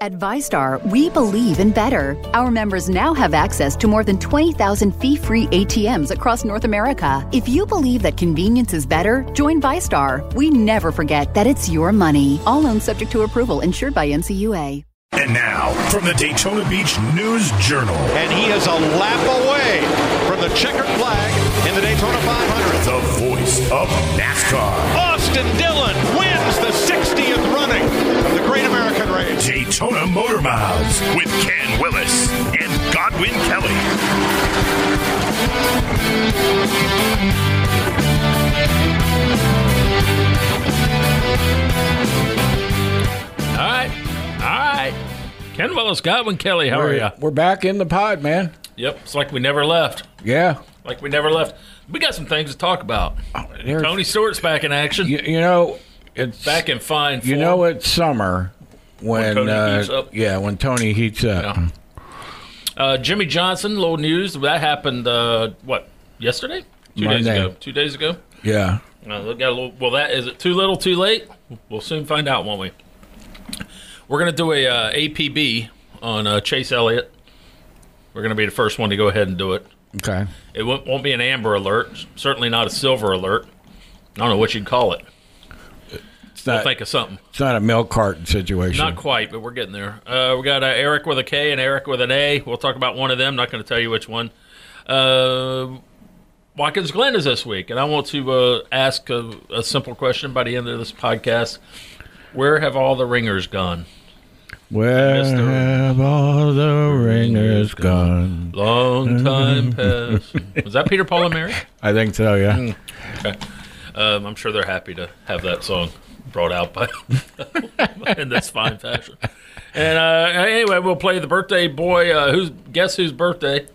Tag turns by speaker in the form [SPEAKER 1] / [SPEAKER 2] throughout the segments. [SPEAKER 1] At ViStar, we believe in better. Our members now have access to more than 20,000 fee free ATMs across North America. If you believe that convenience is better, join ViStar. We never forget that it's your money. All loans subject to approval, insured by NCUA.
[SPEAKER 2] And now, from the Daytona Beach News Journal,
[SPEAKER 3] and he is a lap away from the checkered flag in the Daytona 500.
[SPEAKER 2] the voice of NASCAR,
[SPEAKER 3] Austin Dillon wins the 60th running of the Great American Race.
[SPEAKER 2] Daytona Motor Miles with Ken Willis and Godwin Kelly.
[SPEAKER 4] All right. All right. Ken Willis, Godwin Kelly, how are
[SPEAKER 5] we're,
[SPEAKER 4] you?
[SPEAKER 5] we're back in the pod, man.
[SPEAKER 4] Yep. It's like we never left.
[SPEAKER 5] Yeah.
[SPEAKER 4] Like we never left. We got some things to talk about.
[SPEAKER 5] Oh, there's-
[SPEAKER 4] Tony Stewart's back in action.
[SPEAKER 5] You, you know, it's
[SPEAKER 4] Back in fine form.
[SPEAKER 5] you know it's summer when,
[SPEAKER 4] Tony
[SPEAKER 5] uh,
[SPEAKER 4] heats up.
[SPEAKER 5] yeah when Tony heats up.
[SPEAKER 4] Yeah. Uh, Jimmy Johnson, little news. That happened, uh, what, yesterday? Two days
[SPEAKER 5] Monday.
[SPEAKER 4] ago. Two days ago.
[SPEAKER 5] Yeah.
[SPEAKER 4] Uh, they got a little, well, that is it too little, too late? We'll soon find out, won't we? We're going to do a uh, APB on uh, Chase Elliott. We're going to be the first one to go ahead and do it.
[SPEAKER 5] Okay.
[SPEAKER 4] It won't, won't be an amber alert. Certainly not a silver alert. I don't know what you'd call it.
[SPEAKER 5] It's not
[SPEAKER 4] Think of something.
[SPEAKER 5] it's not a milk carton situation.
[SPEAKER 4] Not quite, but we're getting there. Uh, we got uh, Eric with a K and Eric with an A. We'll talk about one of them. Not going to tell you which one. Uh, Watkins Glen is this week, and I want to uh, ask a, a simple question by the end of this podcast. Where have all the ringers gone?
[SPEAKER 5] Where
[SPEAKER 4] Missed the ring.
[SPEAKER 5] have all the ringers gone?
[SPEAKER 4] Long time past. Was that Peter Paul and Mary?
[SPEAKER 5] I think so. Yeah.
[SPEAKER 4] Mm. Um, I'm sure they're happy to have that song brought out by in this fine fashion. And uh, anyway, we'll play the birthday boy. Uh, who's guess whose birthday?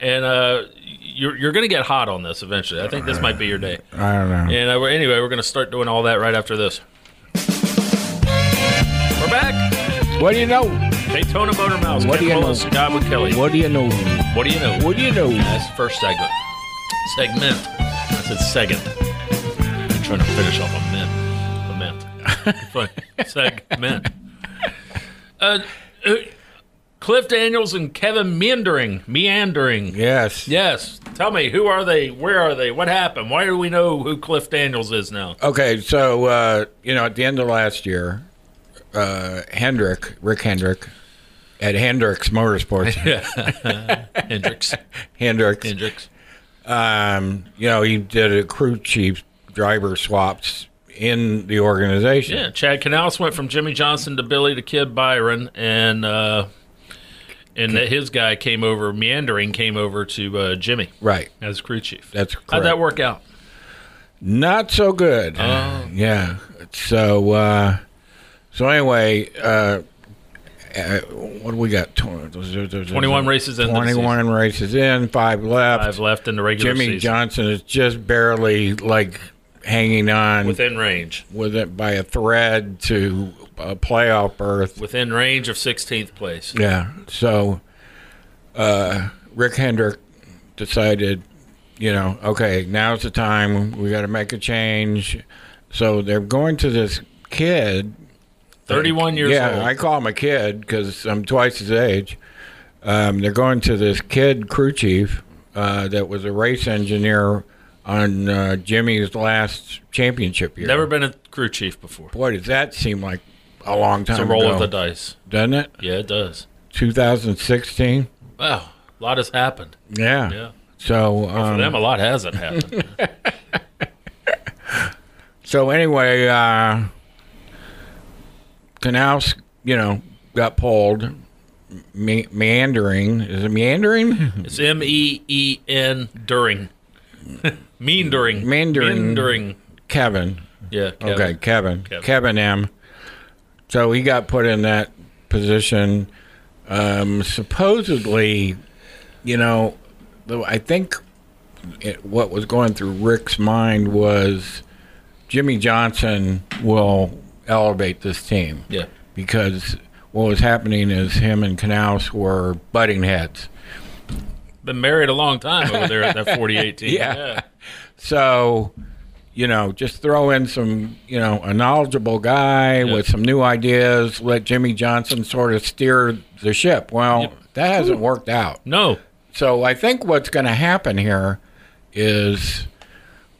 [SPEAKER 4] And uh, you're you're gonna get hot on this eventually. I think this might be your day.
[SPEAKER 5] I don't know.
[SPEAKER 4] And uh, we're- anyway, we're gonna start doing all that right after this. We're back.
[SPEAKER 5] What do you know?
[SPEAKER 4] Daytona Motor Mouse.
[SPEAKER 5] What
[SPEAKER 4] Ken
[SPEAKER 5] do you
[SPEAKER 4] Willis,
[SPEAKER 5] know?
[SPEAKER 4] Godwin Kelly.
[SPEAKER 5] What do you know?
[SPEAKER 4] What do you know?
[SPEAKER 5] What do you know?
[SPEAKER 4] That's the first segment. Segment. I said second. I'm trying to finish off a mint. A mint. Funny. Segment. Uh, uh, Cliff Daniels and Kevin Meandering. Meandering.
[SPEAKER 5] Yes.
[SPEAKER 4] Yes. Tell me, who are they? Where are they? What happened? Why do we know who Cliff Daniels is now?
[SPEAKER 5] Okay, so uh, you know, at the end of last year, uh, Hendrick, Rick Hendrick, at Hendrick's Motorsports,
[SPEAKER 4] Hendricks.
[SPEAKER 5] Hendrick's,
[SPEAKER 4] Hendricks.
[SPEAKER 5] um, you know, he did a crew chief driver swaps in the organization.
[SPEAKER 4] Yeah, Chad Canales went from Jimmy Johnson to Billy to Kid Byron, and uh, and that his guy came over, meandering came over to uh, Jimmy
[SPEAKER 5] Right.
[SPEAKER 4] as crew chief.
[SPEAKER 5] That's
[SPEAKER 4] How'd that
[SPEAKER 5] correct.
[SPEAKER 4] work out?
[SPEAKER 5] Not so good. yeah. So uh, so anyway, uh, uh, what do we got? Twenty-one
[SPEAKER 4] races into the
[SPEAKER 5] Twenty-one races in, five left.
[SPEAKER 4] I've left in the regular
[SPEAKER 5] Jimmy
[SPEAKER 4] season
[SPEAKER 5] Johnson is just barely like hanging on with it,
[SPEAKER 4] within range,
[SPEAKER 5] by a thread to a playoff berth.
[SPEAKER 4] within range of 16th place.
[SPEAKER 5] Yeah. So uh, Rick Hendrick decided, you know, okay, now's the time. We got to make a change. So they're going to this kid
[SPEAKER 4] 31 years
[SPEAKER 5] yeah,
[SPEAKER 4] old.
[SPEAKER 5] I call him a kid because I'm twice his age. Um, they're going to this kid crew chief uh, that was a race engineer on uh, Jimmy's last championship year.
[SPEAKER 4] Never been a crew chief before.
[SPEAKER 5] Boy, does that seem like a long time
[SPEAKER 4] It's a roll
[SPEAKER 5] ago,
[SPEAKER 4] of the dice.
[SPEAKER 5] doesn't it?
[SPEAKER 4] Yeah, it does.
[SPEAKER 5] 2016.
[SPEAKER 4] Wow, a lot has happened.
[SPEAKER 5] Yeah.
[SPEAKER 4] Yeah.
[SPEAKER 5] So
[SPEAKER 4] For
[SPEAKER 5] um,
[SPEAKER 4] them, a lot hasn't happened.
[SPEAKER 5] so anyway, uh, Knaus, you know, got pulled. Me- meandering is it meandering?
[SPEAKER 4] it's M E E N during. Meandering.
[SPEAKER 5] Meandering.
[SPEAKER 4] Meandering.
[SPEAKER 5] Kevin.
[SPEAKER 4] Yeah. Kevin.
[SPEAKER 5] Okay, Kevin.
[SPEAKER 4] Kevin.
[SPEAKER 5] Kevin. M. So he got put in that position. Um, supposedly, you know, though I think it, what was going through Rick's mind was Jimmy Johnson will elevate this team.
[SPEAKER 4] Yeah.
[SPEAKER 5] Because what was happening is him and Knaus were butting heads.
[SPEAKER 4] Been married a long time over there at that 48 team.
[SPEAKER 5] Yeah. So, you know, just throw in some, you know, a knowledgeable guy with some new ideas. Let Jimmy Johnson sort of steer the ship. Well, that hasn't worked out.
[SPEAKER 4] No.
[SPEAKER 5] So I think what's going to happen here is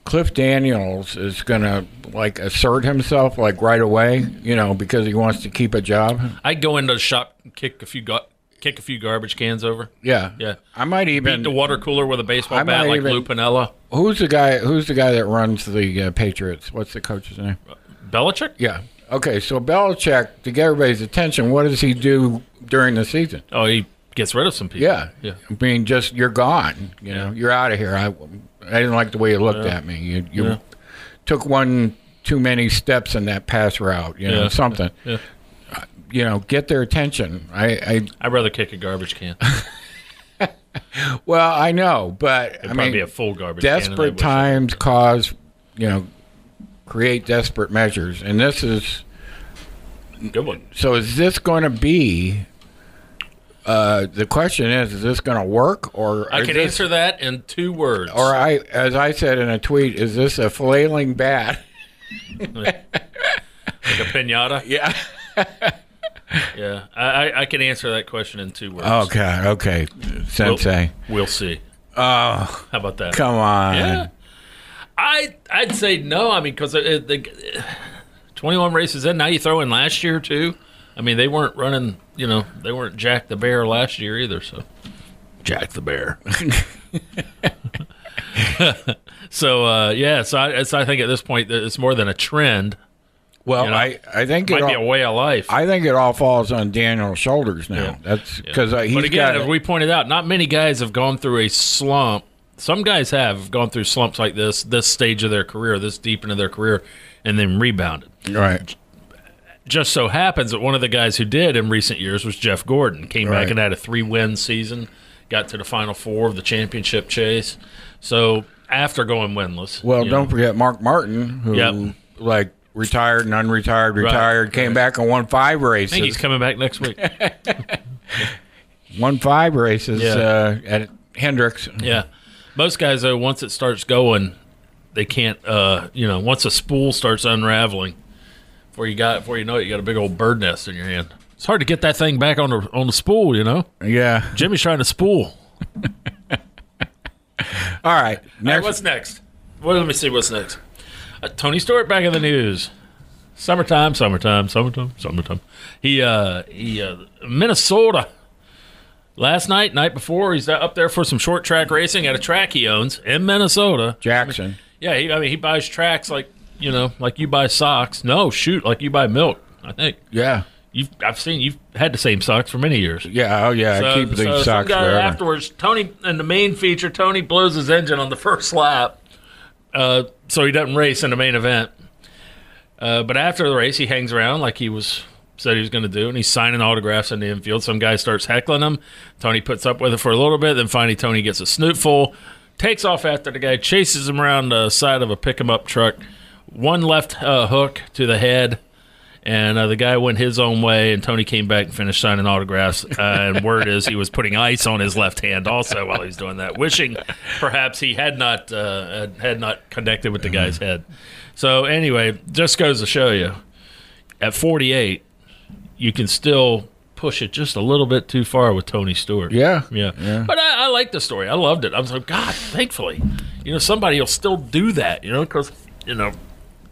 [SPEAKER 5] Cliff Daniels is going to like assert himself like right away, you know, because he wants to keep a job.
[SPEAKER 4] I'd go into the shop, and kick a few gar- kick a few garbage cans over.
[SPEAKER 5] Yeah,
[SPEAKER 4] Yeah.
[SPEAKER 5] I might
[SPEAKER 4] Beat
[SPEAKER 5] even.
[SPEAKER 4] the water cooler with a baseball
[SPEAKER 5] I
[SPEAKER 4] bat
[SPEAKER 5] might
[SPEAKER 4] like
[SPEAKER 5] even-
[SPEAKER 4] Lou Pinella.
[SPEAKER 5] who's the guy? Who's the guy that runs the uh, Patriots? What's the coach's name?
[SPEAKER 4] Belichick?
[SPEAKER 5] Yeah. Okay. So Belichick, to get everybody's attention, what does he do during the season?
[SPEAKER 4] Oh, he gets rid of some people.
[SPEAKER 5] Yeah.
[SPEAKER 4] Yeah.
[SPEAKER 5] I mean, just you're gone. You know, you're out of here. I, I didn't like the way you looked at me. You, you
[SPEAKER 4] Yeah.
[SPEAKER 5] took one too many steps in that pass route. You know,
[SPEAKER 4] Yeah.
[SPEAKER 5] something. Uh,
[SPEAKER 4] Yeah.
[SPEAKER 5] You know, get their attention. I,
[SPEAKER 4] I'd rather kick a garbage can. It'd
[SPEAKER 5] I well, I know, but I
[SPEAKER 4] probably
[SPEAKER 5] mean,
[SPEAKER 4] be a full garbage can. and I
[SPEAKER 5] desperate
[SPEAKER 4] wish-
[SPEAKER 5] times cause you know create desperate measures, and this is
[SPEAKER 4] Good one.
[SPEAKER 5] so is this going to be uh, the question is is this going to work or
[SPEAKER 4] I
[SPEAKER 5] is
[SPEAKER 4] can
[SPEAKER 5] this-
[SPEAKER 4] answer that in two words.
[SPEAKER 5] or I as I said in a tweet is this a flailing bat
[SPEAKER 4] Like a pinata.
[SPEAKER 5] yeah
[SPEAKER 4] Yeah. I, I, I can answer that question in two words.
[SPEAKER 5] okay okay
[SPEAKER 4] We'll,
[SPEAKER 5] sensei
[SPEAKER 4] we'll see. Oh. How about that?
[SPEAKER 5] come on
[SPEAKER 4] Yeah. I I'd say no. I mean, because the twenty-one races in now, you throw in last year too. I mean, they weren't running. You know, they weren't Jack the Bear last year either. So Jack the Bear. so uh, yeah, so I, so I think at this point that it's more than a trend.
[SPEAKER 5] well
[SPEAKER 4] You know,
[SPEAKER 5] I I think it
[SPEAKER 4] Might be a
[SPEAKER 5] all,
[SPEAKER 4] way of life.
[SPEAKER 5] I think it all falls on Daniel's shoulders now that's because uh, he's
[SPEAKER 4] but again,
[SPEAKER 5] got
[SPEAKER 4] as we pointed out, not many guys have gone through a slump. Some guys have gone through slumps like this, this stage of their career, this deep into their career, and then rebounded.
[SPEAKER 5] right
[SPEAKER 4] just so happens that one of the guys who did in recent years was Jeff Gordon. Came
[SPEAKER 5] Right.
[SPEAKER 4] back and had a three win season, got to the final four of the championship chase. So after going winless,
[SPEAKER 5] well
[SPEAKER 4] you
[SPEAKER 5] don't
[SPEAKER 4] know,
[SPEAKER 5] forget Mark Martin who
[SPEAKER 4] Yep.
[SPEAKER 5] like retired and unretired retired came back and won five
[SPEAKER 4] I
[SPEAKER 5] races
[SPEAKER 4] think he's coming back next week.
[SPEAKER 5] won five races
[SPEAKER 4] Yeah.
[SPEAKER 5] uh, at Hendricks.
[SPEAKER 4] yeah, most guys though, once it starts going, they can't. Uh, you know, once a spool starts unraveling, before you got before you know it, you got a big old bird nest in your hand. It's hard to get that thing back on the on the spool. You know,
[SPEAKER 5] Yeah.
[SPEAKER 4] Jimmy's trying to spool.
[SPEAKER 5] All right.
[SPEAKER 4] All right,
[SPEAKER 5] Next.
[SPEAKER 4] what's next? Well, let me see what's next. Uh, Tony Stewart back in the news. Summertime, summertime, summertime, summertime. He, uh, he, uh, Minnesota. Last night, night before, he's up there for some short track racing at a track he owns in Minnesota.
[SPEAKER 5] Jackson.
[SPEAKER 4] Yeah, he, I mean, he buys tracks like you know, like you buy socks. No, shoot, like you buy milk. I think
[SPEAKER 5] Yeah.
[SPEAKER 4] you've, I've seen you've had the same socks for many years.
[SPEAKER 5] Yeah. Oh, yeah. I keep these
[SPEAKER 4] some
[SPEAKER 5] socks
[SPEAKER 4] guy
[SPEAKER 5] forever.
[SPEAKER 4] afterwards, Tony, in the main feature, Tony blows his engine on the first lap, uh, so he doesn't race in the main event. Uh, but after the race, he hangs around like he was said he was going to do, and he's signing autographs in the infield. Some guy starts heckling him. Tony puts up with it for a little bit, then finally Tony gets a snootful, takes off after the guy, chases him around the side of a pick 'em up truck, one left uh, hook to the head and uh, the guy went his own way, and Tony came back and finished signing autographs. Uh, and word is he was putting ice on his left hand also while he was doing that, wishing perhaps he had not uh, had not connected with the guy's head. So anyway, just goes to show you, at 48, you can still push it just a little bit too far with Tony Stewart.
[SPEAKER 5] Yeah.
[SPEAKER 4] yeah.
[SPEAKER 5] Yeah.
[SPEAKER 4] But I, I like the story. I loved it. I was like, God, thankfully, you know, somebody will still do that. You know, because you know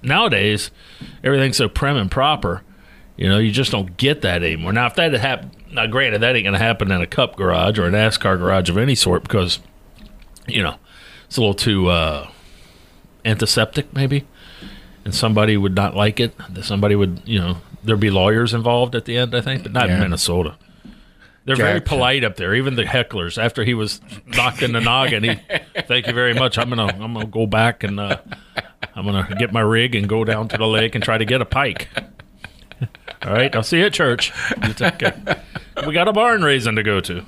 [SPEAKER 4] nowadays everything's so prim and proper. You know, you just don't get that anymore. Now, if that had happened, now granted, that ain't going to happen in a cup garage or an NASCAR garage of any sort because, you know, it's a little too uh, antiseptic, maybe. And somebody would not like it. That Somebody would, you know, there'd be lawyers involved at the end, I think, but not
[SPEAKER 5] Yeah.
[SPEAKER 4] in Minnesota. They're very
[SPEAKER 5] Gotcha.
[SPEAKER 4] polite up there, even the hecklers. After he was knocked in the noggin, he, thank you very much. I'm gonna, I'm gonna go back and uh, I'm gonna get my rig and go down to the lake and try to get a pike. All right, I'll see you at church. You take care. We got a barn raising to go to.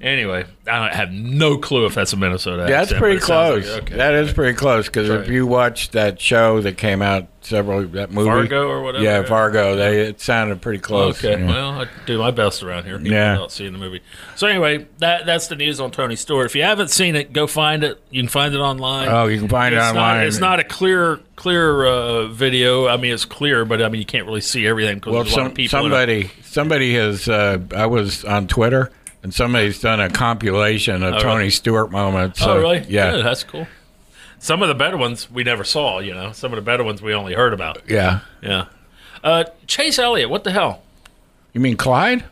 [SPEAKER 4] Anyway, I don't I have no clue if that's a Minnesota.
[SPEAKER 5] That's
[SPEAKER 4] accent,
[SPEAKER 5] pretty
[SPEAKER 4] but it sounds
[SPEAKER 5] close.
[SPEAKER 4] like- okay.
[SPEAKER 5] That is pretty close because
[SPEAKER 4] right.
[SPEAKER 5] if you watch that show that came out several that movie
[SPEAKER 4] Fargo or whatever,
[SPEAKER 5] Yeah,
[SPEAKER 4] yeah.
[SPEAKER 5] Fargo. They it sounded pretty close.
[SPEAKER 4] Okay,
[SPEAKER 5] Yeah.
[SPEAKER 4] well, I do my best around here.
[SPEAKER 5] Yeah.
[SPEAKER 4] Yeah, not seeing the movie. So anyway, that that's the news on Tony Stewart. If you haven't seen it, go find it. You can find it online.
[SPEAKER 5] Oh, you can find it
[SPEAKER 4] it's
[SPEAKER 5] online.
[SPEAKER 4] Not, it's not a clear clear uh, video. I mean, it's clear, but I mean, you can't really see everything because
[SPEAKER 5] well,
[SPEAKER 4] there's a lot
[SPEAKER 5] some,
[SPEAKER 4] of people. in it.
[SPEAKER 5] somebody somebody has. Uh, I was on Twitter and somebody's done a compilation of Tony
[SPEAKER 4] Oh, really?
[SPEAKER 5] Stewart moments.
[SPEAKER 4] Oh,
[SPEAKER 5] so,
[SPEAKER 4] really?
[SPEAKER 5] Yeah,
[SPEAKER 4] that's cool. Some of the better ones we never saw. You know, some of the better ones we only heard about.
[SPEAKER 5] yeah.
[SPEAKER 4] Yeah. Uh, Chase Elliott, what the hell?
[SPEAKER 5] You mean Clyde?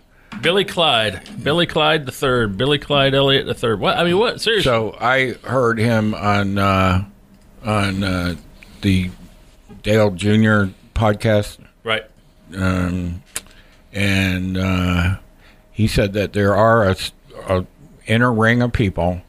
[SPEAKER 4] Billy Clyde, Billy Clyde the third, Billy Clyde Elliott the third. What? I mean, what? Seriously?
[SPEAKER 5] So I heard him on uh, on uh, the Dale Jr. podcast.
[SPEAKER 4] right.
[SPEAKER 5] um, and uh, he said that there are a, s- a inner ring of people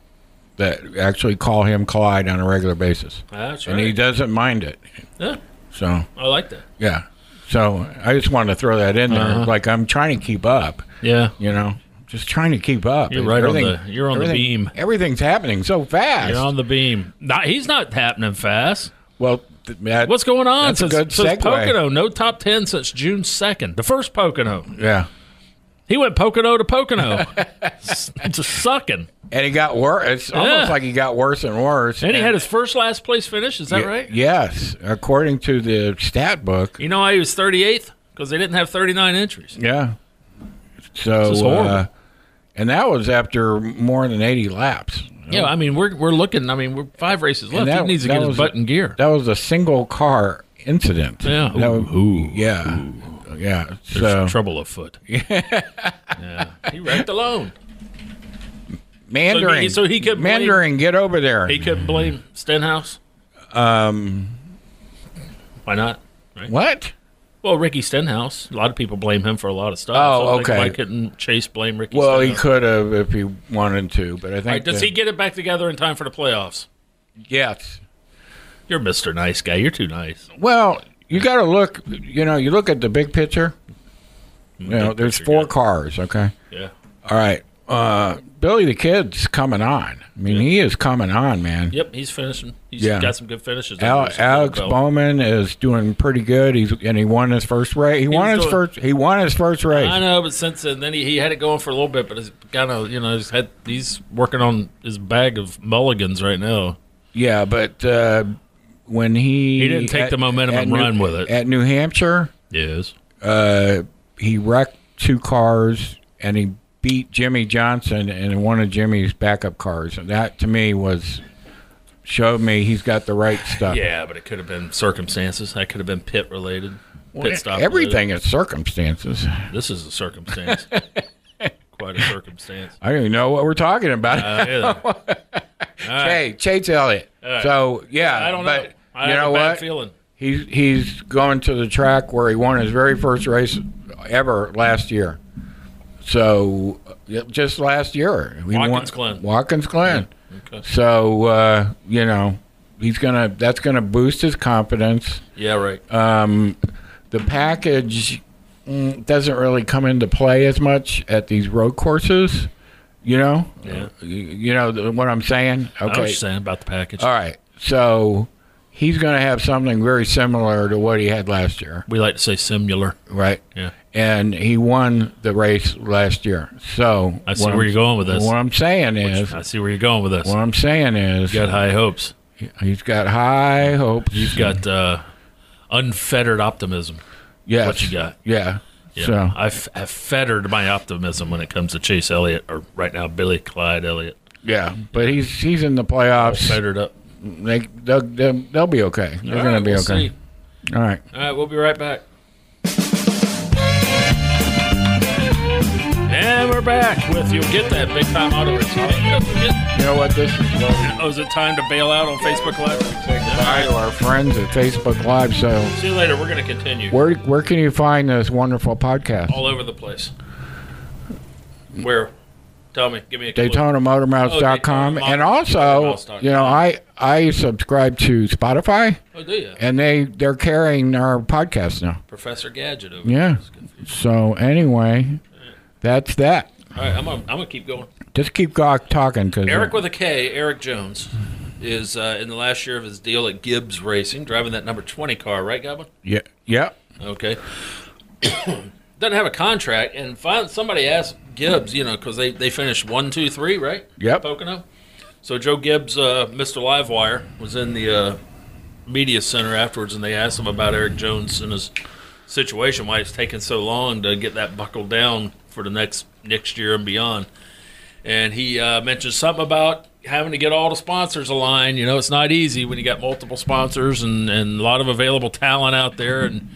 [SPEAKER 5] that actually call him Clyde on a regular basis,
[SPEAKER 4] That's
[SPEAKER 5] and he
[SPEAKER 4] right.
[SPEAKER 5] doesn't mind it.
[SPEAKER 4] Yeah,
[SPEAKER 5] So
[SPEAKER 4] I like that.
[SPEAKER 5] yeah, so I just wanted to throw that in there. Like I'm trying to keep up,
[SPEAKER 4] Uh-huh. Yeah.
[SPEAKER 5] you know, just trying to keep up.
[SPEAKER 4] You're right on the-
[SPEAKER 5] Everything-
[SPEAKER 4] you're on the
[SPEAKER 5] everything-
[SPEAKER 4] beam.
[SPEAKER 5] Everything's happening so fast.
[SPEAKER 4] You're on the beam. Not, he's not happening fast.
[SPEAKER 5] well, th- that-
[SPEAKER 4] What's going on
[SPEAKER 5] That's a
[SPEAKER 4] since,
[SPEAKER 5] good
[SPEAKER 4] since
[SPEAKER 5] segue.
[SPEAKER 4] Pocono? No top 10 since June 2nd. The first Pocono.
[SPEAKER 5] Yeah,
[SPEAKER 4] He went Pocono to Pocono. S- Just sucking.
[SPEAKER 5] and he got worse. It's
[SPEAKER 4] Yeah.
[SPEAKER 5] almost like he got worse and worse.
[SPEAKER 4] And he had his first last place finish. Is that
[SPEAKER 5] Y-
[SPEAKER 4] right?
[SPEAKER 5] Yes, according to the stat book.
[SPEAKER 4] You know why he was 38th? Because they didn't have 39 entries.
[SPEAKER 5] Yeah. So,
[SPEAKER 4] This is horrible.
[SPEAKER 5] uh, and that was after more than 80 laps.
[SPEAKER 4] Yeah, I mean, we're, we're looking. I mean, we're five races left.
[SPEAKER 5] And that-
[SPEAKER 4] he needs to
[SPEAKER 5] that
[SPEAKER 4] get his
[SPEAKER 5] was-
[SPEAKER 4] butt in gear.
[SPEAKER 5] That was a single car incident.
[SPEAKER 4] Yeah.
[SPEAKER 5] That was-
[SPEAKER 4] Ooh, ooh,
[SPEAKER 5] yeah. Yeah. So,
[SPEAKER 4] There's trouble afoot. Yeah. He wrecked alone. So
[SPEAKER 5] Mandarin.
[SPEAKER 4] he- so he could blame-
[SPEAKER 5] Mandarin, get over there.
[SPEAKER 4] He couldn't blame Stenhouse. Um, why not? Right?
[SPEAKER 5] what?
[SPEAKER 4] Well, Ricky Stenhouse. A lot of people blame him for a lot of stuff.
[SPEAKER 5] Oh,
[SPEAKER 4] So, like,
[SPEAKER 5] okay.
[SPEAKER 4] Why couldn't Chase blame Ricky?
[SPEAKER 5] Well, he
[SPEAKER 4] Stenhouse?
[SPEAKER 5] could have if he wanted to, but I think.
[SPEAKER 4] uh, All right, does
[SPEAKER 5] that-
[SPEAKER 4] he get it back together in time for the playoffs?
[SPEAKER 5] Yes.
[SPEAKER 4] You're Mr. Nice Guy. You're too nice.
[SPEAKER 5] Well, you got to look, you know, you look at the big picture. You know, there's
[SPEAKER 4] Mm, picture,
[SPEAKER 5] four
[SPEAKER 4] yeah.
[SPEAKER 5] cars, okay?
[SPEAKER 4] Yeah.
[SPEAKER 5] All right. Uh, Billy the Kid's coming on. I mean, he is coming on, man.
[SPEAKER 4] Yep. He's finishing. He's
[SPEAKER 5] Yeah.
[SPEAKER 4] got some good finishes.
[SPEAKER 5] Al-
[SPEAKER 4] under his
[SPEAKER 5] Alex
[SPEAKER 4] belt.
[SPEAKER 5] Bowman is doing pretty good. He's and he won his first race. He, won
[SPEAKER 4] was
[SPEAKER 5] his
[SPEAKER 4] doing-
[SPEAKER 5] first. He won his first race.
[SPEAKER 4] I know, but since then, then he, he had it going for a little bit, but it's kind of you know he's had he's working on his bag of mulligans right now.
[SPEAKER 5] Yeah, but uh, when he
[SPEAKER 4] He didn't take the momentum and
[SPEAKER 5] New-
[SPEAKER 4] run with it.
[SPEAKER 5] at New Hampshire,
[SPEAKER 4] Yes.
[SPEAKER 5] uh, he wrecked two cars and he beat Jimmy Johnson and one of Jimmy's backup cars. And that to me was showed me he's got the right stuff.
[SPEAKER 4] Yeah, but it could have been circumstances. That could have been pit related. Pit stop. related.
[SPEAKER 5] Everything is circumstances.
[SPEAKER 4] This is a circumstance. Quite a circumstance.
[SPEAKER 5] I don't even know what we're talking about.
[SPEAKER 4] Uh, yeah.
[SPEAKER 5] Hey, Chase Elliott. So yeah,
[SPEAKER 4] I don't
[SPEAKER 5] but
[SPEAKER 4] know. I
[SPEAKER 5] you
[SPEAKER 4] have
[SPEAKER 5] know
[SPEAKER 4] a bad
[SPEAKER 5] what?
[SPEAKER 4] feeling.
[SPEAKER 5] He's he's going to the track where he won his very first race ever last year. So yeah, just last year, he won-
[SPEAKER 4] Watkins Glen.
[SPEAKER 5] Watkins Glen.
[SPEAKER 4] Okay.
[SPEAKER 5] So uh, you know he's gonna that's gonna boost his confidence.
[SPEAKER 4] Yeah, right.
[SPEAKER 5] The package mm, doesn't really come into play as much at these road courses. You know,
[SPEAKER 4] Yeah.
[SPEAKER 5] you, you know the- what I'm saying. Okay,
[SPEAKER 4] I was just saying about the package.
[SPEAKER 5] all right. So he's going to have something very similar to what he had last year,
[SPEAKER 4] We like to say similar.
[SPEAKER 5] right?
[SPEAKER 4] Yeah.
[SPEAKER 5] And he won the race last year. So
[SPEAKER 4] I see
[SPEAKER 5] what
[SPEAKER 4] where
[SPEAKER 5] I'm-
[SPEAKER 4] you're going with this.
[SPEAKER 5] What I'm saying is,
[SPEAKER 4] I see where you're going with this.
[SPEAKER 5] what I'm saying is,
[SPEAKER 4] You got high hopes.
[SPEAKER 5] he's got high hopes.
[SPEAKER 4] You've got uh, unfettered optimism.
[SPEAKER 5] yes.
[SPEAKER 4] what you got.
[SPEAKER 5] Yeah.
[SPEAKER 4] Yeah.
[SPEAKER 5] So
[SPEAKER 4] I've, I've fettered my optimism when it comes to Chase Elliott or right now Billy Clyde Elliott.
[SPEAKER 5] yeah, but he's he's in the playoffs.
[SPEAKER 4] Fettered up.
[SPEAKER 5] They they'll, they'll, they'll be okay. They're
[SPEAKER 4] All
[SPEAKER 5] going
[SPEAKER 4] right,
[SPEAKER 5] to be
[SPEAKER 4] we'll
[SPEAKER 5] okay.
[SPEAKER 4] see.
[SPEAKER 5] All right.
[SPEAKER 4] All right, we'll be right back. And we're back with you. Get that big time auto review.
[SPEAKER 5] You know what? This is going
[SPEAKER 4] Oh, is it time to bail out on Facebook Live?
[SPEAKER 5] bye to our friends at Facebook Live. So
[SPEAKER 4] See you later. We're going to continue
[SPEAKER 5] where where can you find this wonderful podcast?
[SPEAKER 4] all over the place. Where? Tell me. Give me a clue.
[SPEAKER 5] DaytonaMotorMouth.com.
[SPEAKER 4] Oh, Daytona
[SPEAKER 5] and also,
[SPEAKER 4] Motormouth.com.
[SPEAKER 5] you know, I I subscribe to Spotify,
[SPEAKER 4] Oh, do you?
[SPEAKER 5] and they they're carrying our podcast now.
[SPEAKER 4] Professor Gadget over
[SPEAKER 5] Yeah.
[SPEAKER 4] there.
[SPEAKER 5] So anyway, that's that.
[SPEAKER 4] All right, I'm going to I'm gonna keep going.
[SPEAKER 5] Just keep go- talking uh, because
[SPEAKER 4] Eric with a K, Eric Jones, is uh, in the last year of his deal at Gibbs Racing, driving that number 20 car, right, Goblin?
[SPEAKER 5] Yeah, yeah.
[SPEAKER 4] Okay. Doesn't have a contract, and find, somebody asked Gibbs, you know, because they, they finished one, two, three, right?
[SPEAKER 5] Yep.
[SPEAKER 4] Pocono. So Joe Gibbs, uh, Mr. Livewire, was in the uh, media center afterwards, and they asked him about Eric Jones and his situation, why it's taken so long to get that buckled down for the next next year and beyond. And he uh, mentioned something about having to get all the sponsors aligned. You know, it's not easy when you got multiple sponsors and, and a lot of available talent out there, and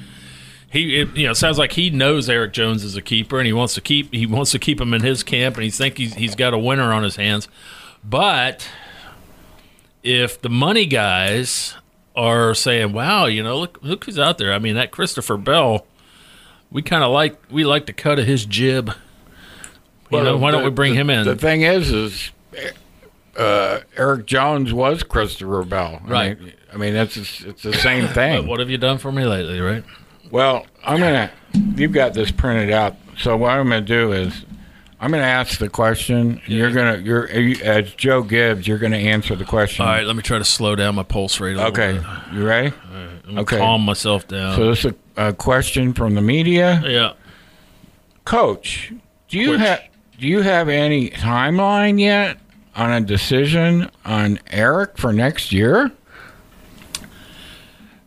[SPEAKER 4] he it, you know sounds like he knows Eric Jones is a keeper and he wants to keep he wants to keep him in his camp and he think he's, he's got a winner on his hands but if the money guys are saying wow you know look look who's out there I mean that Christopher Bell we kind of like we like the cut of his jib you know, why don't we bring him in
[SPEAKER 5] The thing is, is uh, Eric Jones was Christopher Bell, I
[SPEAKER 4] Right.
[SPEAKER 5] mean- I mean, that's it's the same thing.
[SPEAKER 4] what have you done for me lately right
[SPEAKER 5] Well, I'm gonna. You've got this printed out. So what I'm gonna do is, I'm gonna ask the question. And you're gonna. You're you, as Joe Gibbs. You're gonna answer the question.
[SPEAKER 4] all right let me try to slow down my pulse rate a little
[SPEAKER 5] Okay.
[SPEAKER 4] bit.
[SPEAKER 5] You ready?
[SPEAKER 4] I'm gonna
[SPEAKER 5] Okay.
[SPEAKER 4] calm myself down
[SPEAKER 5] So this is a, a question from the media.
[SPEAKER 4] yeah
[SPEAKER 5] Coach, do you
[SPEAKER 4] Which-
[SPEAKER 5] have do you have any timeline yet on a decision on Eric for next year?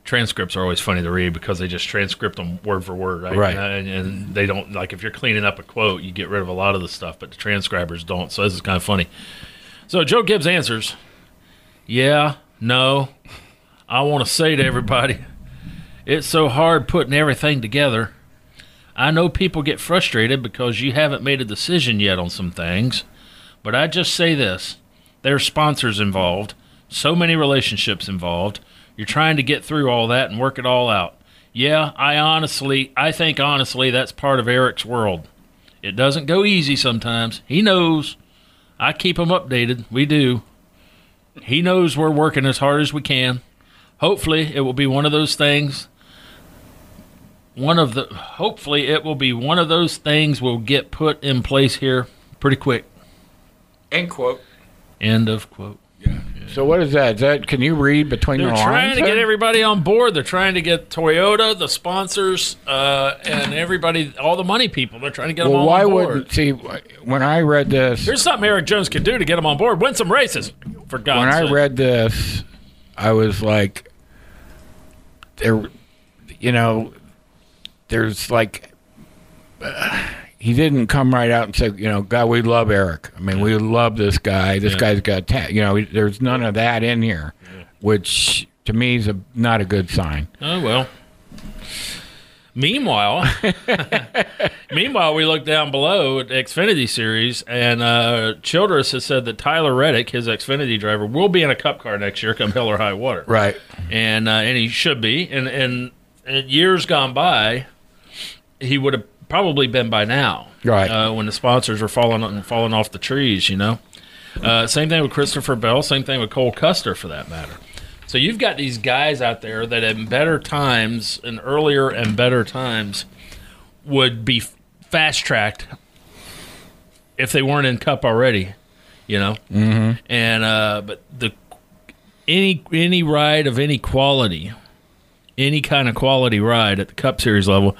[SPEAKER 4] transcripts are always funny to read because they just transcript them word for word, right?
[SPEAKER 5] Right.
[SPEAKER 4] And, and they don't like if you're cleaning up a quote, you get rid of a lot of the stuff, but the transcribers don't. So this is kind of funny. So Joe Gibbs answers, "Yeah, no, I want to say to everybody, it's so hard putting everything together. I know people get frustrated because you haven't made a decision yet on some things, but I just say this." There's sponsors involved, so many relationships involved. You're trying to get through all that and work it all out. Yeah, I honestly, I think honestly that's part of Eric's world. It doesn't go easy sometimes. He knows. I keep him updated. We do. He knows we're working as hard as we can. Hopefully, it will be one of those things. One of the hopefully it will be one of those things will get put in place here pretty quick.
[SPEAKER 5] End quote.
[SPEAKER 4] End of quote.
[SPEAKER 5] So what is that? Is that can you read between
[SPEAKER 4] They're
[SPEAKER 5] the lines?
[SPEAKER 4] trying to
[SPEAKER 5] there?
[SPEAKER 4] get everybody on board. They're trying to get Toyota, the sponsors, uh, and everybody, all the money people. They're trying to get them
[SPEAKER 5] well,
[SPEAKER 4] all
[SPEAKER 5] why
[SPEAKER 4] on board.
[SPEAKER 5] wouldn't see when I read this?
[SPEAKER 4] There's something Eric Jones could do to get them on board. Win some races, for
[SPEAKER 5] when
[SPEAKER 4] God's
[SPEAKER 5] I
[SPEAKER 4] sake.
[SPEAKER 5] read this, I was like, there, you know, there's like, he didn't come right out and say, you know, God, we love Eric. I mean, we love this guy. This guy's got, ta-. you know, there's none of that in here, which to me is a, not a good sign.
[SPEAKER 4] oh well. Meanwhile, meanwhile, we look down below at Xfinity Series, and uh, Childress has said that Tyler Reddick, his Xfinity driver, will be in a Cup car next year, come hell or high water.
[SPEAKER 5] Right.
[SPEAKER 4] and uh, and he should be. And and and years gone by, he would have probably been by now,
[SPEAKER 5] Right.
[SPEAKER 4] Uh, when the sponsors were falling and falling off the trees, you know. Uh, same thing with Christopher Bell. Same thing with Cole Custer, for that matter. So you've got these guys out there that in better times, in earlier and better times, would be fast tracked if they weren't in Cup already, you know. Mm-hmm. And uh, but the any any ride of any quality, any kind of quality ride at the Cup Series level,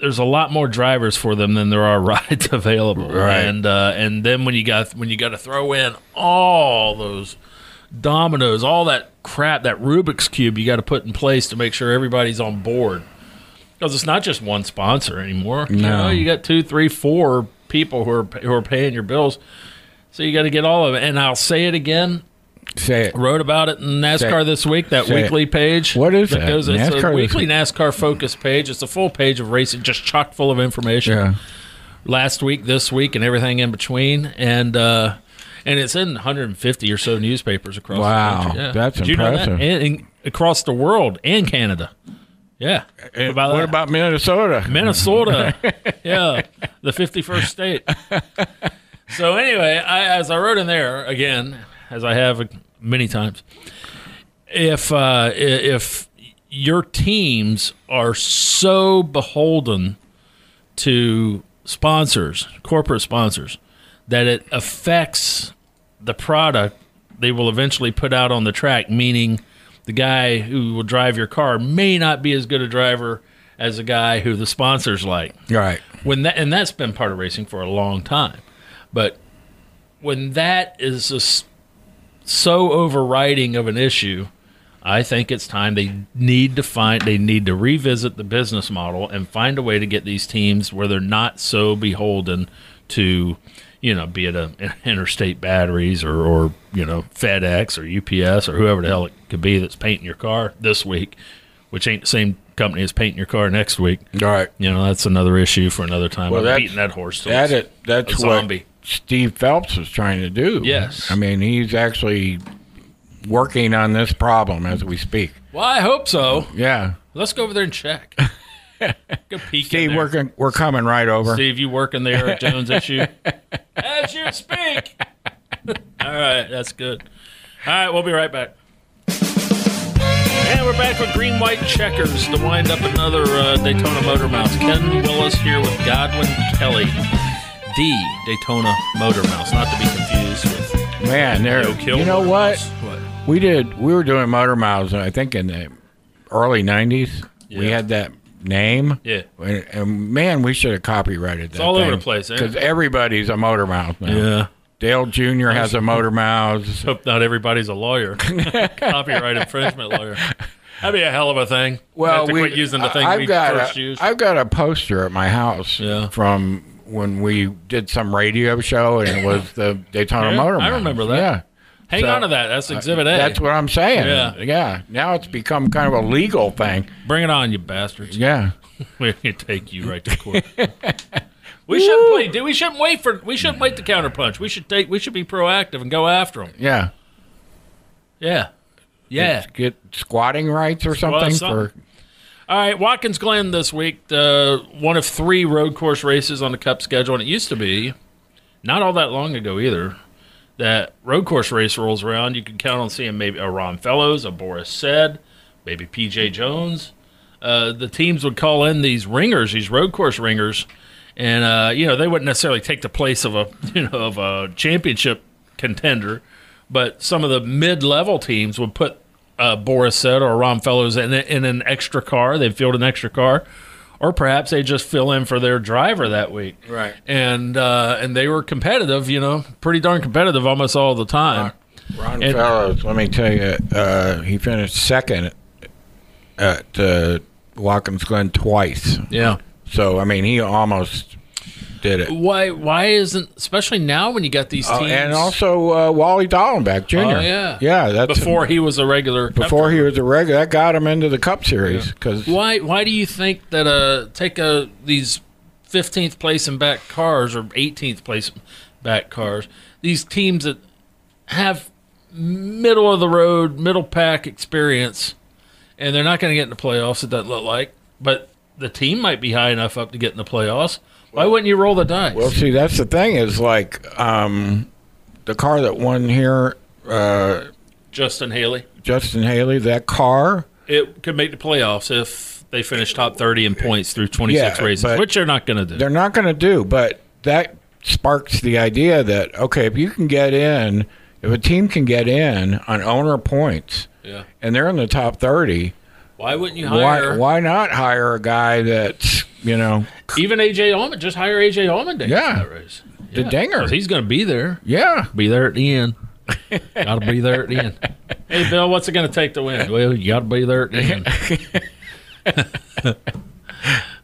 [SPEAKER 4] there's a lot more drivers for them than there are rides available.
[SPEAKER 5] Right.
[SPEAKER 4] And uh, and then when you got when you got to throw in all those dominoes, all that crap, that Rubik's cube you got to put in place to make sure everybody's on board. Because it's not just one sponsor anymore. You,
[SPEAKER 5] No.
[SPEAKER 4] know, you got two, three, four people who are who are paying your bills. So you got to get all of it. And I'll say it again.
[SPEAKER 5] Say it.
[SPEAKER 4] Wrote about it in NASCAR
[SPEAKER 5] Say-
[SPEAKER 4] this week. That
[SPEAKER 5] say it.
[SPEAKER 4] weekly page.
[SPEAKER 5] What is that?
[SPEAKER 4] goes- it's
[SPEAKER 5] NASCAR
[SPEAKER 4] a
[SPEAKER 5] this
[SPEAKER 4] weekly
[SPEAKER 5] week?
[SPEAKER 4] NASCAR focus page. It's a full page of racing, just chock full of information
[SPEAKER 5] Yeah.
[SPEAKER 4] last week, this week, and everything in between, and uh, and it's in 150 or so newspapers across.
[SPEAKER 5] Wow,
[SPEAKER 4] the country.
[SPEAKER 5] that's
[SPEAKER 4] Did you know that?
[SPEAKER 5] impressive.
[SPEAKER 4] And, and across the world and Canada. Yeah.
[SPEAKER 5] And
[SPEAKER 4] about
[SPEAKER 5] what
[SPEAKER 4] that?
[SPEAKER 5] about Minnesota?
[SPEAKER 4] Minnesota? yeah, the 51st state. So anyway, I, as I wrote in there again, as I have many times, if uh, i- if your teams are so beholden to sponsors, corporate sponsors, that it affects the product they will eventually put out on the track, meaning the guy who will drive your car may not be as good a driver as the guy who the sponsors like.
[SPEAKER 5] Right.
[SPEAKER 4] When that and that's been part of racing for a long time. But when that is just so overriding of an issue, I think it's time they need to find they need to revisit the business model and find a way to get these teams where they're not so beholden to you know be it a, interstate batteries or or you know FedEx or UPS or whoever the hell it could be that's painting your car this week, which ain't the same company as painting your car next week.
[SPEAKER 5] Right.
[SPEAKER 4] You know that's another issue for another time.
[SPEAKER 5] Well,
[SPEAKER 4] I'm
[SPEAKER 5] that's-
[SPEAKER 4] beating that horse. till
[SPEAKER 5] That
[SPEAKER 4] it's
[SPEAKER 5] it, that's
[SPEAKER 4] a zombie.
[SPEAKER 5] what Steve Phelps is trying to do.
[SPEAKER 4] Yes.
[SPEAKER 5] I mean, he's actually working on this problem as we speak.
[SPEAKER 4] Well, I hope so.
[SPEAKER 5] Yeah.
[SPEAKER 4] Let's go over there and check. Go peek in
[SPEAKER 5] Steve,
[SPEAKER 4] there.
[SPEAKER 5] we're, con- we're coming right over.
[SPEAKER 4] Steve, you working there at Jones issue? As you speak. All right, that's good. All right, we'll be right back. And we're back with Green White Checkers to wind up another uh, Daytona Motor Mouse. Ken Willis here with Godwin Kelly, the Daytona Motor Mouse, not to be confused with
[SPEAKER 5] Man, there.
[SPEAKER 4] Joe Kill.
[SPEAKER 5] You know what? We did. We were doing Motor Mouths, I think, in the early '90s. We
[SPEAKER 4] Yeah.
[SPEAKER 5] had that name.
[SPEAKER 4] Yeah.
[SPEAKER 5] And, and man, we should have copyrighted that. It's
[SPEAKER 4] all over the place, eh?
[SPEAKER 5] because everybody's a Motor Mouth now.
[SPEAKER 4] Yeah.
[SPEAKER 5] Dale Jr. has a Motor Mouth.
[SPEAKER 4] Hope not everybody's a lawyer, copyright infringement lawyer. That'd be a hell of a thing.
[SPEAKER 5] Well,
[SPEAKER 4] have to
[SPEAKER 5] we
[SPEAKER 4] quit using the thing
[SPEAKER 5] I've
[SPEAKER 4] we
[SPEAKER 5] got
[SPEAKER 4] first
[SPEAKER 5] a,
[SPEAKER 4] used.
[SPEAKER 5] have got a poster at my house
[SPEAKER 4] Yeah.
[SPEAKER 5] from when we did some radio show, and it was the Daytona
[SPEAKER 4] Yeah,
[SPEAKER 5] Motor
[SPEAKER 4] I
[SPEAKER 5] Mouths.
[SPEAKER 4] remember that.
[SPEAKER 5] Yeah.
[SPEAKER 4] Hang
[SPEAKER 5] So-
[SPEAKER 4] on to that. That's Exhibit A.
[SPEAKER 5] uh, That's what I'm saying.
[SPEAKER 4] Yeah.
[SPEAKER 5] Yeah. Now it's become kind of a legal thing.
[SPEAKER 4] Bring it on, you bastards.
[SPEAKER 5] Yeah.
[SPEAKER 4] We're gonna take you right to court. we shouldn't play. dude, We shouldn't wait for. We shouldn't wait to counterpunch. We should take. We should be proactive and go after them.
[SPEAKER 5] Yeah.
[SPEAKER 4] Yeah, yeah.
[SPEAKER 5] Get squatting rights or
[SPEAKER 4] Squat
[SPEAKER 5] something
[SPEAKER 4] something.
[SPEAKER 5] for
[SPEAKER 4] All right, Watkins Glen this week, uh, one of three road course races on the Cup schedule, and it used to be, not all that long ago either, that road course race rolls around, you can count on seeing maybe a Ron Fellows, a Boris Said, maybe PJ Jones. Uh, the teams would call in these ringers, these road course ringers, and uh, you know they wouldn't necessarily take the place of a you know of a championship contender, but some of the mid-level teams would put uh, Boris said or Ron Fellows in, in an extra car. They'd field an extra car, or perhaps they just fill in for their driver that week.
[SPEAKER 5] Right.
[SPEAKER 4] And uh, and they were competitive, you know, pretty darn competitive almost all the time.
[SPEAKER 5] Ron
[SPEAKER 4] And-
[SPEAKER 5] Fellows. Let me tell you, uh, he finished second at uh, Watkins Glen twice.
[SPEAKER 4] Yeah.
[SPEAKER 5] So I mean, he almost did it.
[SPEAKER 4] Why why isn't especially now when you got these teams
[SPEAKER 5] Oh, and also uh, Wally Dallenbach Jr.
[SPEAKER 4] Oh, yeah.
[SPEAKER 5] yeah. That's
[SPEAKER 4] before he was a regular
[SPEAKER 5] before he was a regular. That got him into the Cup Series because
[SPEAKER 4] why why do you think that uh take a these 15th place and back cars or 18th place back cars these teams that have middle of the road middle pack experience and they're not going to get in the playoffs it doesn't look like but the team might be high enough up to get in the playoffs why wouldn't you roll the dice
[SPEAKER 5] Well, see, that's the thing is like um, the car that won here, uh,
[SPEAKER 4] justin haley
[SPEAKER 5] Justin Haley. That car,
[SPEAKER 4] it could make the playoffs if they finish top 30 in points through 26
[SPEAKER 5] Yeah,
[SPEAKER 4] races
[SPEAKER 5] but
[SPEAKER 4] which they're not going to do
[SPEAKER 5] they're not going to do. But that sparks the idea that okay, if you can get in, if a team can get in on owner points,
[SPEAKER 4] Yeah.
[SPEAKER 5] and they're in the top thirty,
[SPEAKER 4] why wouldn't you hire
[SPEAKER 5] why why not hire a guy that's you know
[SPEAKER 4] Even AJ Allman, just hire AJ Allman. to
[SPEAKER 5] Yeah.
[SPEAKER 4] that race.
[SPEAKER 5] the dinger?
[SPEAKER 4] 'Cause he's going to be there.
[SPEAKER 5] yeah,
[SPEAKER 4] Be there at the end. got to be there at the end. Hey, Bill, what's it going to take to win? Well, you got to be there at the end.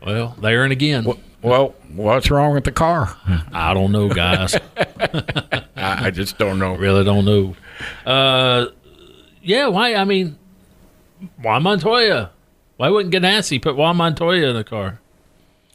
[SPEAKER 4] well, there and again.
[SPEAKER 5] well, what's wrong with the car?
[SPEAKER 4] I don't know, guys.
[SPEAKER 5] I, I just don't know.
[SPEAKER 4] really don't know. Uh, yeah, why? I mean, why Montoya? Why wouldn't Ganassi put Juan Montoya in the car?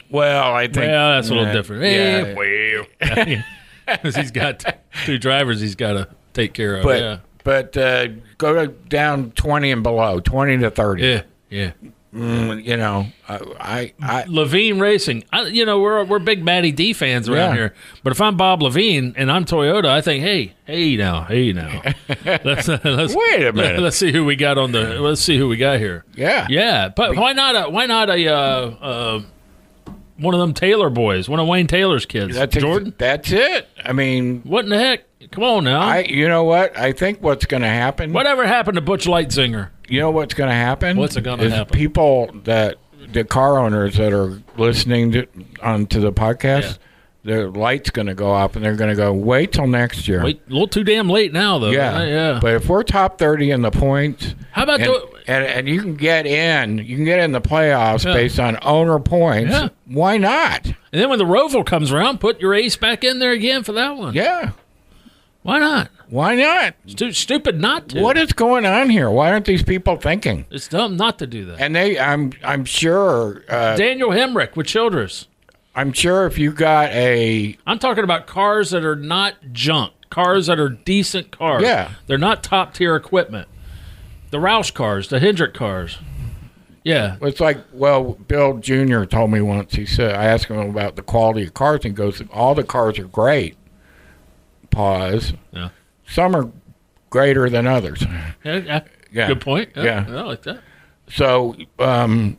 [SPEAKER 5] Well, I think
[SPEAKER 4] Yeah, that's a little
[SPEAKER 5] Yeah.
[SPEAKER 4] different.
[SPEAKER 5] Yeah.
[SPEAKER 4] Eh, because he's got two drivers he's got to take care of.
[SPEAKER 5] but
[SPEAKER 4] yeah.
[SPEAKER 5] but uh, go to down twenty and below, twenty to thirty.
[SPEAKER 4] Yeah. Yeah.
[SPEAKER 5] Mm, you know, I I, I
[SPEAKER 4] Levine Racing. I, you know, we're we're big Matty D fans around
[SPEAKER 5] Yeah.
[SPEAKER 4] here. But if I'm Bob Levine and I'm Toyota, I think, hey, hey now, hey now. let's, uh, let's,
[SPEAKER 5] Wait a minute.
[SPEAKER 4] Let's see who we got on the. Let's see who we got here.
[SPEAKER 5] yeah
[SPEAKER 4] Yeah, but why not? A, why not a uh, uh, one of them Taylor boys, one of Wayne Taylor's kids.
[SPEAKER 5] That's ex-
[SPEAKER 4] Jordan.
[SPEAKER 5] that's it. I mean,
[SPEAKER 4] what in the heck? Come on now.
[SPEAKER 5] I you know what? I think what's going to happen.
[SPEAKER 4] Whatever happened to Butch Lightzinger?
[SPEAKER 5] You know what's going to happen?
[SPEAKER 4] What's gonna
[SPEAKER 5] is
[SPEAKER 4] happen?
[SPEAKER 5] People that the car owners that are listening to, onto the podcast, their light's going to go up, and they're going to go wait till next year.
[SPEAKER 4] Wait, a little too damn late now though.
[SPEAKER 5] Yeah,
[SPEAKER 4] Uh, yeah.
[SPEAKER 5] But if we're top thirty in the points,
[SPEAKER 4] How about
[SPEAKER 5] and,
[SPEAKER 4] the-
[SPEAKER 5] and, and you can get in, you can get in the playoffs
[SPEAKER 4] Yeah.
[SPEAKER 5] based on owner points.
[SPEAKER 4] Yeah.
[SPEAKER 5] Why not?
[SPEAKER 4] and then when the Roval comes around, put your ace back in there again for that one.
[SPEAKER 5] Yeah,
[SPEAKER 4] Why not?
[SPEAKER 5] why not?
[SPEAKER 4] It's too stupid not to.
[SPEAKER 5] What is going on here? Why aren't these people thinking?
[SPEAKER 4] It's dumb not to do that.
[SPEAKER 5] And they, I'm, I'm sure, uh,
[SPEAKER 4] Daniel Hemrick with Childress.
[SPEAKER 5] I'm sure if you got a
[SPEAKER 4] I'm talking about cars that are not junk, cars that are decent cars.
[SPEAKER 5] Yeah.
[SPEAKER 4] They're not top tier equipment. The Roush cars, the Hendrick cars. Yeah.
[SPEAKER 5] It's like, well, Bill Jr. told me once. He said, I asked him about the quality of cars, and he goes, all the cars are great. Pause.
[SPEAKER 4] Yeah.
[SPEAKER 5] Some are greater than others.
[SPEAKER 4] Yeah, yeah.
[SPEAKER 5] Yeah.
[SPEAKER 4] Good point.
[SPEAKER 5] Yeah.
[SPEAKER 4] I like that.
[SPEAKER 5] So, um,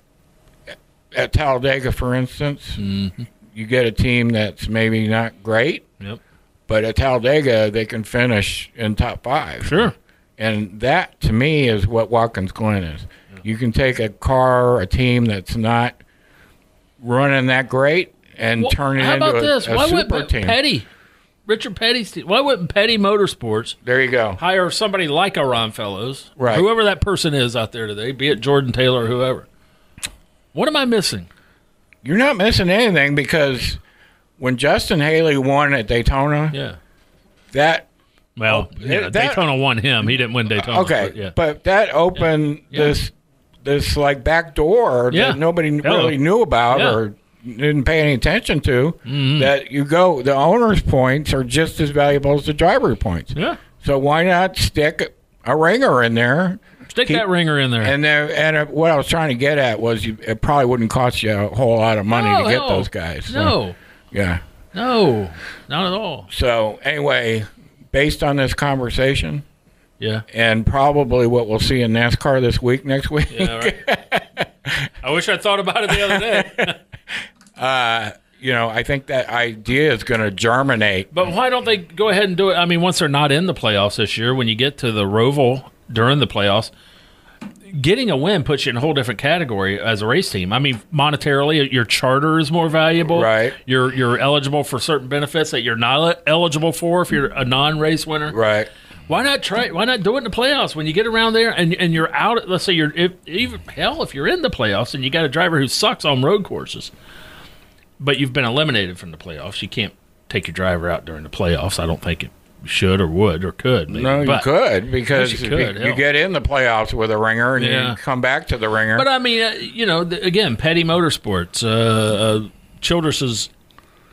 [SPEAKER 5] at Talladega, for instance,
[SPEAKER 4] Mm-hmm.
[SPEAKER 5] you get a team that's maybe not great,
[SPEAKER 4] Yep.
[SPEAKER 5] but at Talladega, they can finish in top five.
[SPEAKER 4] Sure.
[SPEAKER 5] And that, to me, is what Watkins Glen is. You can take a car, a team that's not running that great, and
[SPEAKER 4] Well,
[SPEAKER 5] turn it
[SPEAKER 4] How
[SPEAKER 5] into
[SPEAKER 4] about
[SPEAKER 5] a,
[SPEAKER 4] this?
[SPEAKER 5] a
[SPEAKER 4] Why
[SPEAKER 5] super
[SPEAKER 4] wouldn't
[SPEAKER 5] team.
[SPEAKER 4] Petty, Richard Petty's team, why wouldn't Petty Motorsports
[SPEAKER 5] there you go.
[SPEAKER 4] hire somebody like a Ron Fellows,
[SPEAKER 5] Right.
[SPEAKER 4] whoever that person is out there today, be it Jordan Taylor or whoever? What am I missing?
[SPEAKER 5] You're not missing anything because when Justin Haley won at Daytona,
[SPEAKER 4] Yeah.
[SPEAKER 5] that
[SPEAKER 4] Well, yeah,
[SPEAKER 5] that- Uh,
[SPEAKER 4] Daytona won him. He didn't win Daytona.
[SPEAKER 5] okay,
[SPEAKER 4] but yeah.
[SPEAKER 5] but that opened
[SPEAKER 4] Yeah.
[SPEAKER 5] this this like back door
[SPEAKER 4] Yeah.
[SPEAKER 5] that nobody
[SPEAKER 4] Hello.
[SPEAKER 5] really knew about
[SPEAKER 4] Yeah. Mm-hmm.
[SPEAKER 5] or didn't pay any attention to. That you go, the owner's points are just as valuable as the driver points.
[SPEAKER 4] yeah.
[SPEAKER 5] So why not stick a ringer in there?
[SPEAKER 4] Stick that ringer in there.
[SPEAKER 5] And there, and uh, what I was trying to get at was, you, it probably wouldn't cost you a whole lot of money
[SPEAKER 4] No,
[SPEAKER 5] to get
[SPEAKER 4] no.
[SPEAKER 5] those guys. So,
[SPEAKER 4] Oh, No,
[SPEAKER 5] Yeah.
[SPEAKER 4] no, not at all.
[SPEAKER 5] So anyway, based on this conversation
[SPEAKER 4] Yeah.
[SPEAKER 5] and probably what we'll see in NASCAR this week, next week,
[SPEAKER 4] All right. I wish I thought about it the other day.
[SPEAKER 5] you know, I think that idea is going to germinate.
[SPEAKER 4] But why don't they go ahead and do it? I mean, once they're not in the playoffs this year, when you get to the Roval during the playoffs, getting a win puts you in a whole different category as a race team. I mean, monetarily, your charter is more valuable.
[SPEAKER 5] Right.
[SPEAKER 4] You're you're eligible for certain benefits that you're not eligible for if you're a non-race winner.
[SPEAKER 5] Right.
[SPEAKER 4] Why not try? Why not do it in the playoffs when you get around there and and you're out? Let's say you're if, even hell if you're in the playoffs and you got a driver who sucks on road courses, but you've been eliminated from the playoffs. You can't take your driver out during the playoffs. I don't think it should or would or could. Maybe.
[SPEAKER 5] No, you
[SPEAKER 4] but,
[SPEAKER 5] could because
[SPEAKER 4] Yes, you could,
[SPEAKER 5] you,
[SPEAKER 4] hell.
[SPEAKER 5] get in the playoffs with a ringer and
[SPEAKER 4] Yeah.
[SPEAKER 5] you come back to the ringer.
[SPEAKER 4] But I mean, uh, you know, the, again, Petty Motorsports, uh, uh, Childress's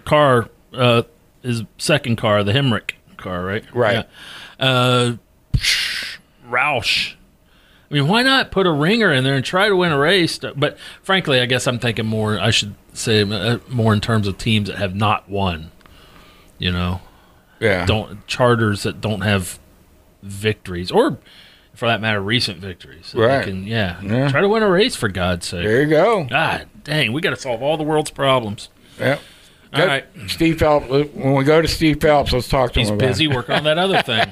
[SPEAKER 4] car, uh, his second car, the Hemrick car, right?
[SPEAKER 5] Right.
[SPEAKER 4] Yeah. Uh, Roush. I mean, why not put a ringer in there and try to win a race? But frankly, I guess I'm thinking more. I should say uh, more in terms of teams that have not won. You know,
[SPEAKER 5] yeah.
[SPEAKER 4] don't charters that don't have victories or for that matter recent victories that they
[SPEAKER 5] Right.
[SPEAKER 4] can- yeah.
[SPEAKER 5] Yeah.
[SPEAKER 4] try to win a race for god's sake
[SPEAKER 5] There you go.
[SPEAKER 4] god dang we got to solve all the world's problems
[SPEAKER 5] Yep.
[SPEAKER 4] all
[SPEAKER 5] Yep.
[SPEAKER 4] right
[SPEAKER 5] Steve Phelps. uh, When we go to Steve Phelps, let's talk to
[SPEAKER 4] he's
[SPEAKER 5] him. about it.
[SPEAKER 4] busy working on that other thing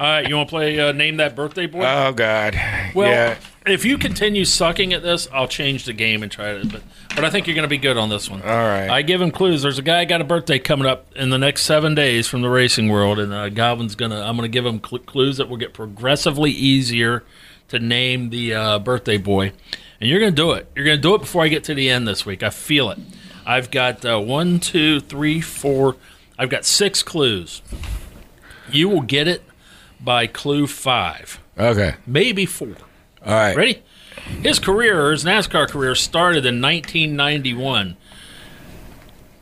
[SPEAKER 4] all right you want to play uh, name that birthday boy
[SPEAKER 5] Oh God.
[SPEAKER 4] well
[SPEAKER 5] yeah.
[SPEAKER 4] if you continue sucking at this i'll change the game and try to but but i think you're gonna be good on this one all
[SPEAKER 5] right.
[SPEAKER 4] i give him clues there's a guy got a birthday coming up in the next seven days from the racing world and uh, godwin's gonna i'm gonna give him cl- clues that will get progressively easier to name the uh, birthday boy and you're gonna do it you're gonna do it before i get to the end this week i feel it i've got uh, one two three four i've got six clues you will get it by clue five
[SPEAKER 5] Okay.
[SPEAKER 4] maybe four
[SPEAKER 5] All right.
[SPEAKER 4] Ready? His career, his NASCAR career, started in 1991.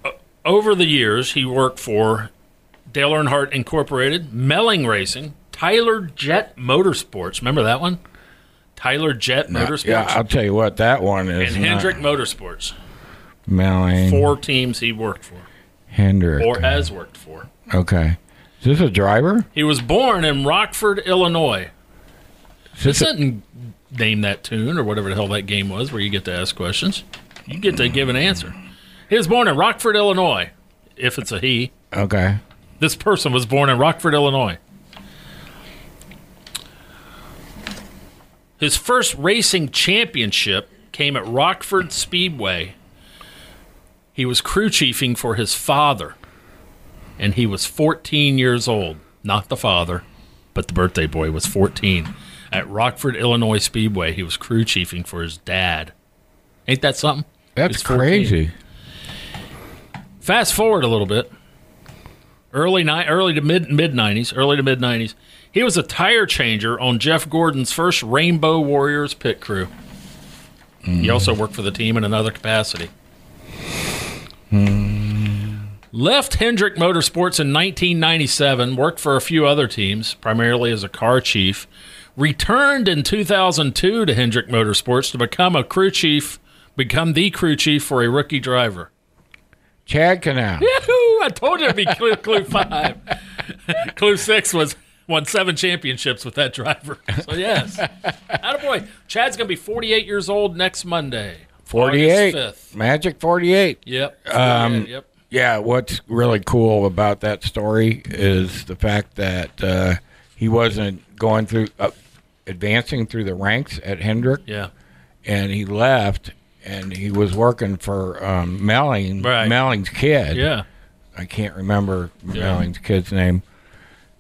[SPEAKER 4] O- Over the years, he worked for Dale Earnhardt Incorporated, Melling Racing, Tyler Jet Motorsports. Remember that one? Tyler Jet Motorsports
[SPEAKER 5] Uh, Yeah, I'll tell you what that one is. uh,
[SPEAKER 4] and
[SPEAKER 5] not
[SPEAKER 4] Hendrick Motorsports.
[SPEAKER 5] Melling
[SPEAKER 4] Four teams he worked for
[SPEAKER 5] Hendrick.
[SPEAKER 4] or has worked for.
[SPEAKER 5] Okay. Is this a driver?
[SPEAKER 4] He was born in Rockford, Illinois.
[SPEAKER 5] Is this
[SPEAKER 4] It's
[SPEAKER 5] a,
[SPEAKER 4] not in name that tune or whatever the hell that game was where you get to ask questions. You get to give an answer. He was born in Rockford, Illinois. If it's a he,
[SPEAKER 5] Okay.
[SPEAKER 4] this person was born in Rockford, Illinois. His first racing championship came at Rockford Speedway. He was crew chiefing for his father, and he was 14 years old. Not the father, but the birthday boy was 14. At Rockford, Illinois Speedway, he was crew chiefing for his dad. Ain't that something?
[SPEAKER 5] That's
[SPEAKER 4] He's 14.
[SPEAKER 5] crazy.
[SPEAKER 4] Fast forward a little bit. Early ni- early to mid mid nineties, early to mid nineties. He was a tire changer on Jeff Gordon's first Rainbow Warriors pit crew. He also worked for the team in another capacity. Left Hendrick Motorsports in 1997, worked for a few other teams, primarily as a car chief. Returned in 2002 to Hendrick Motorsports to become a crew chief, become the crew chief for a rookie driver.
[SPEAKER 5] Chad Canal.
[SPEAKER 4] Woo, I told you it'd be clue, clue five. clue six was won seven championships with that driver. So yes, boy. Chad's gonna be 48 years old next Monday.
[SPEAKER 5] Forty-eight.
[SPEAKER 4] August 5th.
[SPEAKER 5] Magic forty-eight.
[SPEAKER 4] Yep. 48,
[SPEAKER 5] Um,
[SPEAKER 4] yep.
[SPEAKER 5] Yeah, what's really cool about that story is the fact that uh, he wasn't going through, uh, advancing through the ranks at Hendrick,
[SPEAKER 4] Yeah.
[SPEAKER 5] and he left, and he was working for um, Melling,
[SPEAKER 4] Right.
[SPEAKER 5] Melling's kid.
[SPEAKER 4] Yeah.
[SPEAKER 5] I can't remember Melling's kid's name.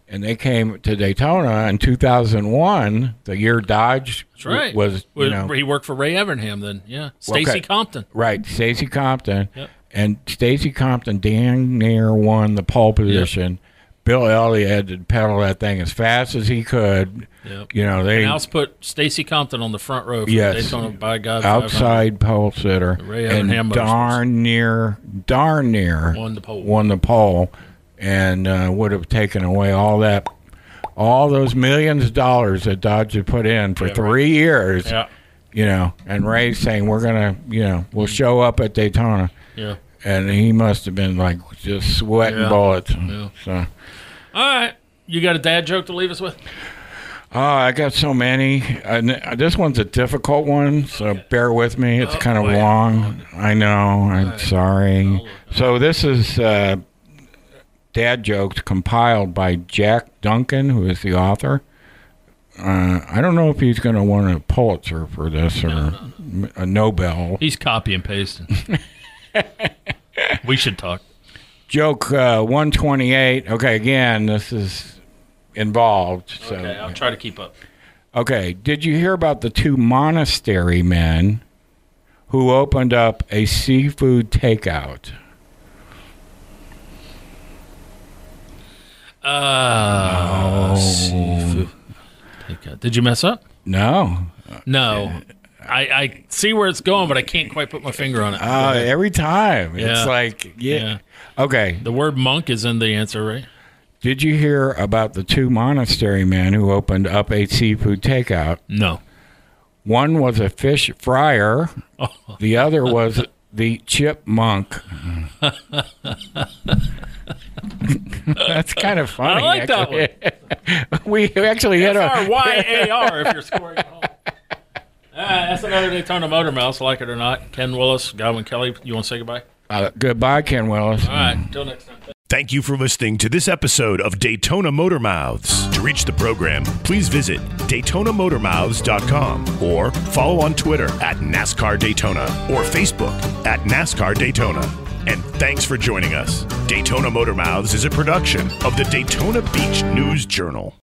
[SPEAKER 5] And they came to Daytona in 2001, the year Dodge
[SPEAKER 4] That's right.
[SPEAKER 5] was,
[SPEAKER 4] Well,
[SPEAKER 5] you know,
[SPEAKER 4] he worked for Ray Evernham then? Yeah. Stacy
[SPEAKER 5] Okay.
[SPEAKER 4] Compton.
[SPEAKER 5] Right, Stacy Compton.
[SPEAKER 4] Yep.
[SPEAKER 5] And Stacy Compton damn near won the pole position. Bill Elliott had to pedal that thing as fast as he could.
[SPEAKER 4] Yep.
[SPEAKER 5] You know, they
[SPEAKER 4] And Al's put Stacy Compton on the front row for
[SPEAKER 5] Yes.
[SPEAKER 4] Daytona by God 500.
[SPEAKER 5] outside pole sitter
[SPEAKER 4] uh, Ray Evernham
[SPEAKER 5] and
[SPEAKER 4] motions.
[SPEAKER 5] darn near, darn near
[SPEAKER 4] Won the pole.
[SPEAKER 5] won the pole, and uh, would have taken away all that, all those millions of dollars that Dodge had put in for three years.
[SPEAKER 4] Yeah.
[SPEAKER 5] You know, and Ray's saying we're gonna, you know, we'll show up at
[SPEAKER 4] Mm.
[SPEAKER 5] Daytona.
[SPEAKER 4] Yeah.
[SPEAKER 5] and he must have been like just sweating
[SPEAKER 4] Yeah.
[SPEAKER 5] bullets. So,
[SPEAKER 4] All right. You got a dad joke to leave us with?
[SPEAKER 5] oh, I got so many. I, kn- this one's a difficult one, so bear with me. It's kind of
[SPEAKER 4] boy.
[SPEAKER 5] long. I know. I'm sorry. So this is uh, dad jokes compiled by Jack Duncan, who is the author. Uh, I don't know if he's going to win a Pulitzer for this or a Nobel.
[SPEAKER 4] He's copy and pasting. we should talk.
[SPEAKER 5] Joke uh, 128. Okay, again, this is involved. So
[SPEAKER 4] Okay, I'll try to keep up.
[SPEAKER 5] Okay, did you hear about the two monastery men who opened up a seafood takeout?
[SPEAKER 4] Uh, seafood. Take out- Did you mess up?
[SPEAKER 5] No.
[SPEAKER 4] No. I, I see where it's going, but I can't quite put my finger on it.
[SPEAKER 5] Uh, every time.
[SPEAKER 4] Yeah.
[SPEAKER 5] It's like, yeah.
[SPEAKER 4] Yeah.
[SPEAKER 5] Okay,
[SPEAKER 4] the word monk is in the answer, right?
[SPEAKER 5] did you hear about the two monastery men who opened up a seafood takeout?
[SPEAKER 4] No.
[SPEAKER 5] One was a fish fryer,
[SPEAKER 4] Oh.
[SPEAKER 5] the other was the chipmunk. That's kind of funny.
[SPEAKER 4] I like that one.
[SPEAKER 5] that one. We actually hit a.
[SPEAKER 4] Or Y-A-R if you're scoring at home. All right, that's another Daytona Motor Mouse, like it or not. Ken Willis, Godwin Kelly, you want to say goodbye?
[SPEAKER 5] Uh, goodbye, Ken Willis.
[SPEAKER 4] All right, till next time.
[SPEAKER 2] Thank you for listening to this episode of Daytona Motor Mouths. To reach the program, please visit DaytonaMotorMouths.com or follow on Twitter at NASCAR Daytona or Facebook at NASCAR Daytona. And thanks for joining us. Daytona Motor Mouths is a production of the Daytona Beach News Journal.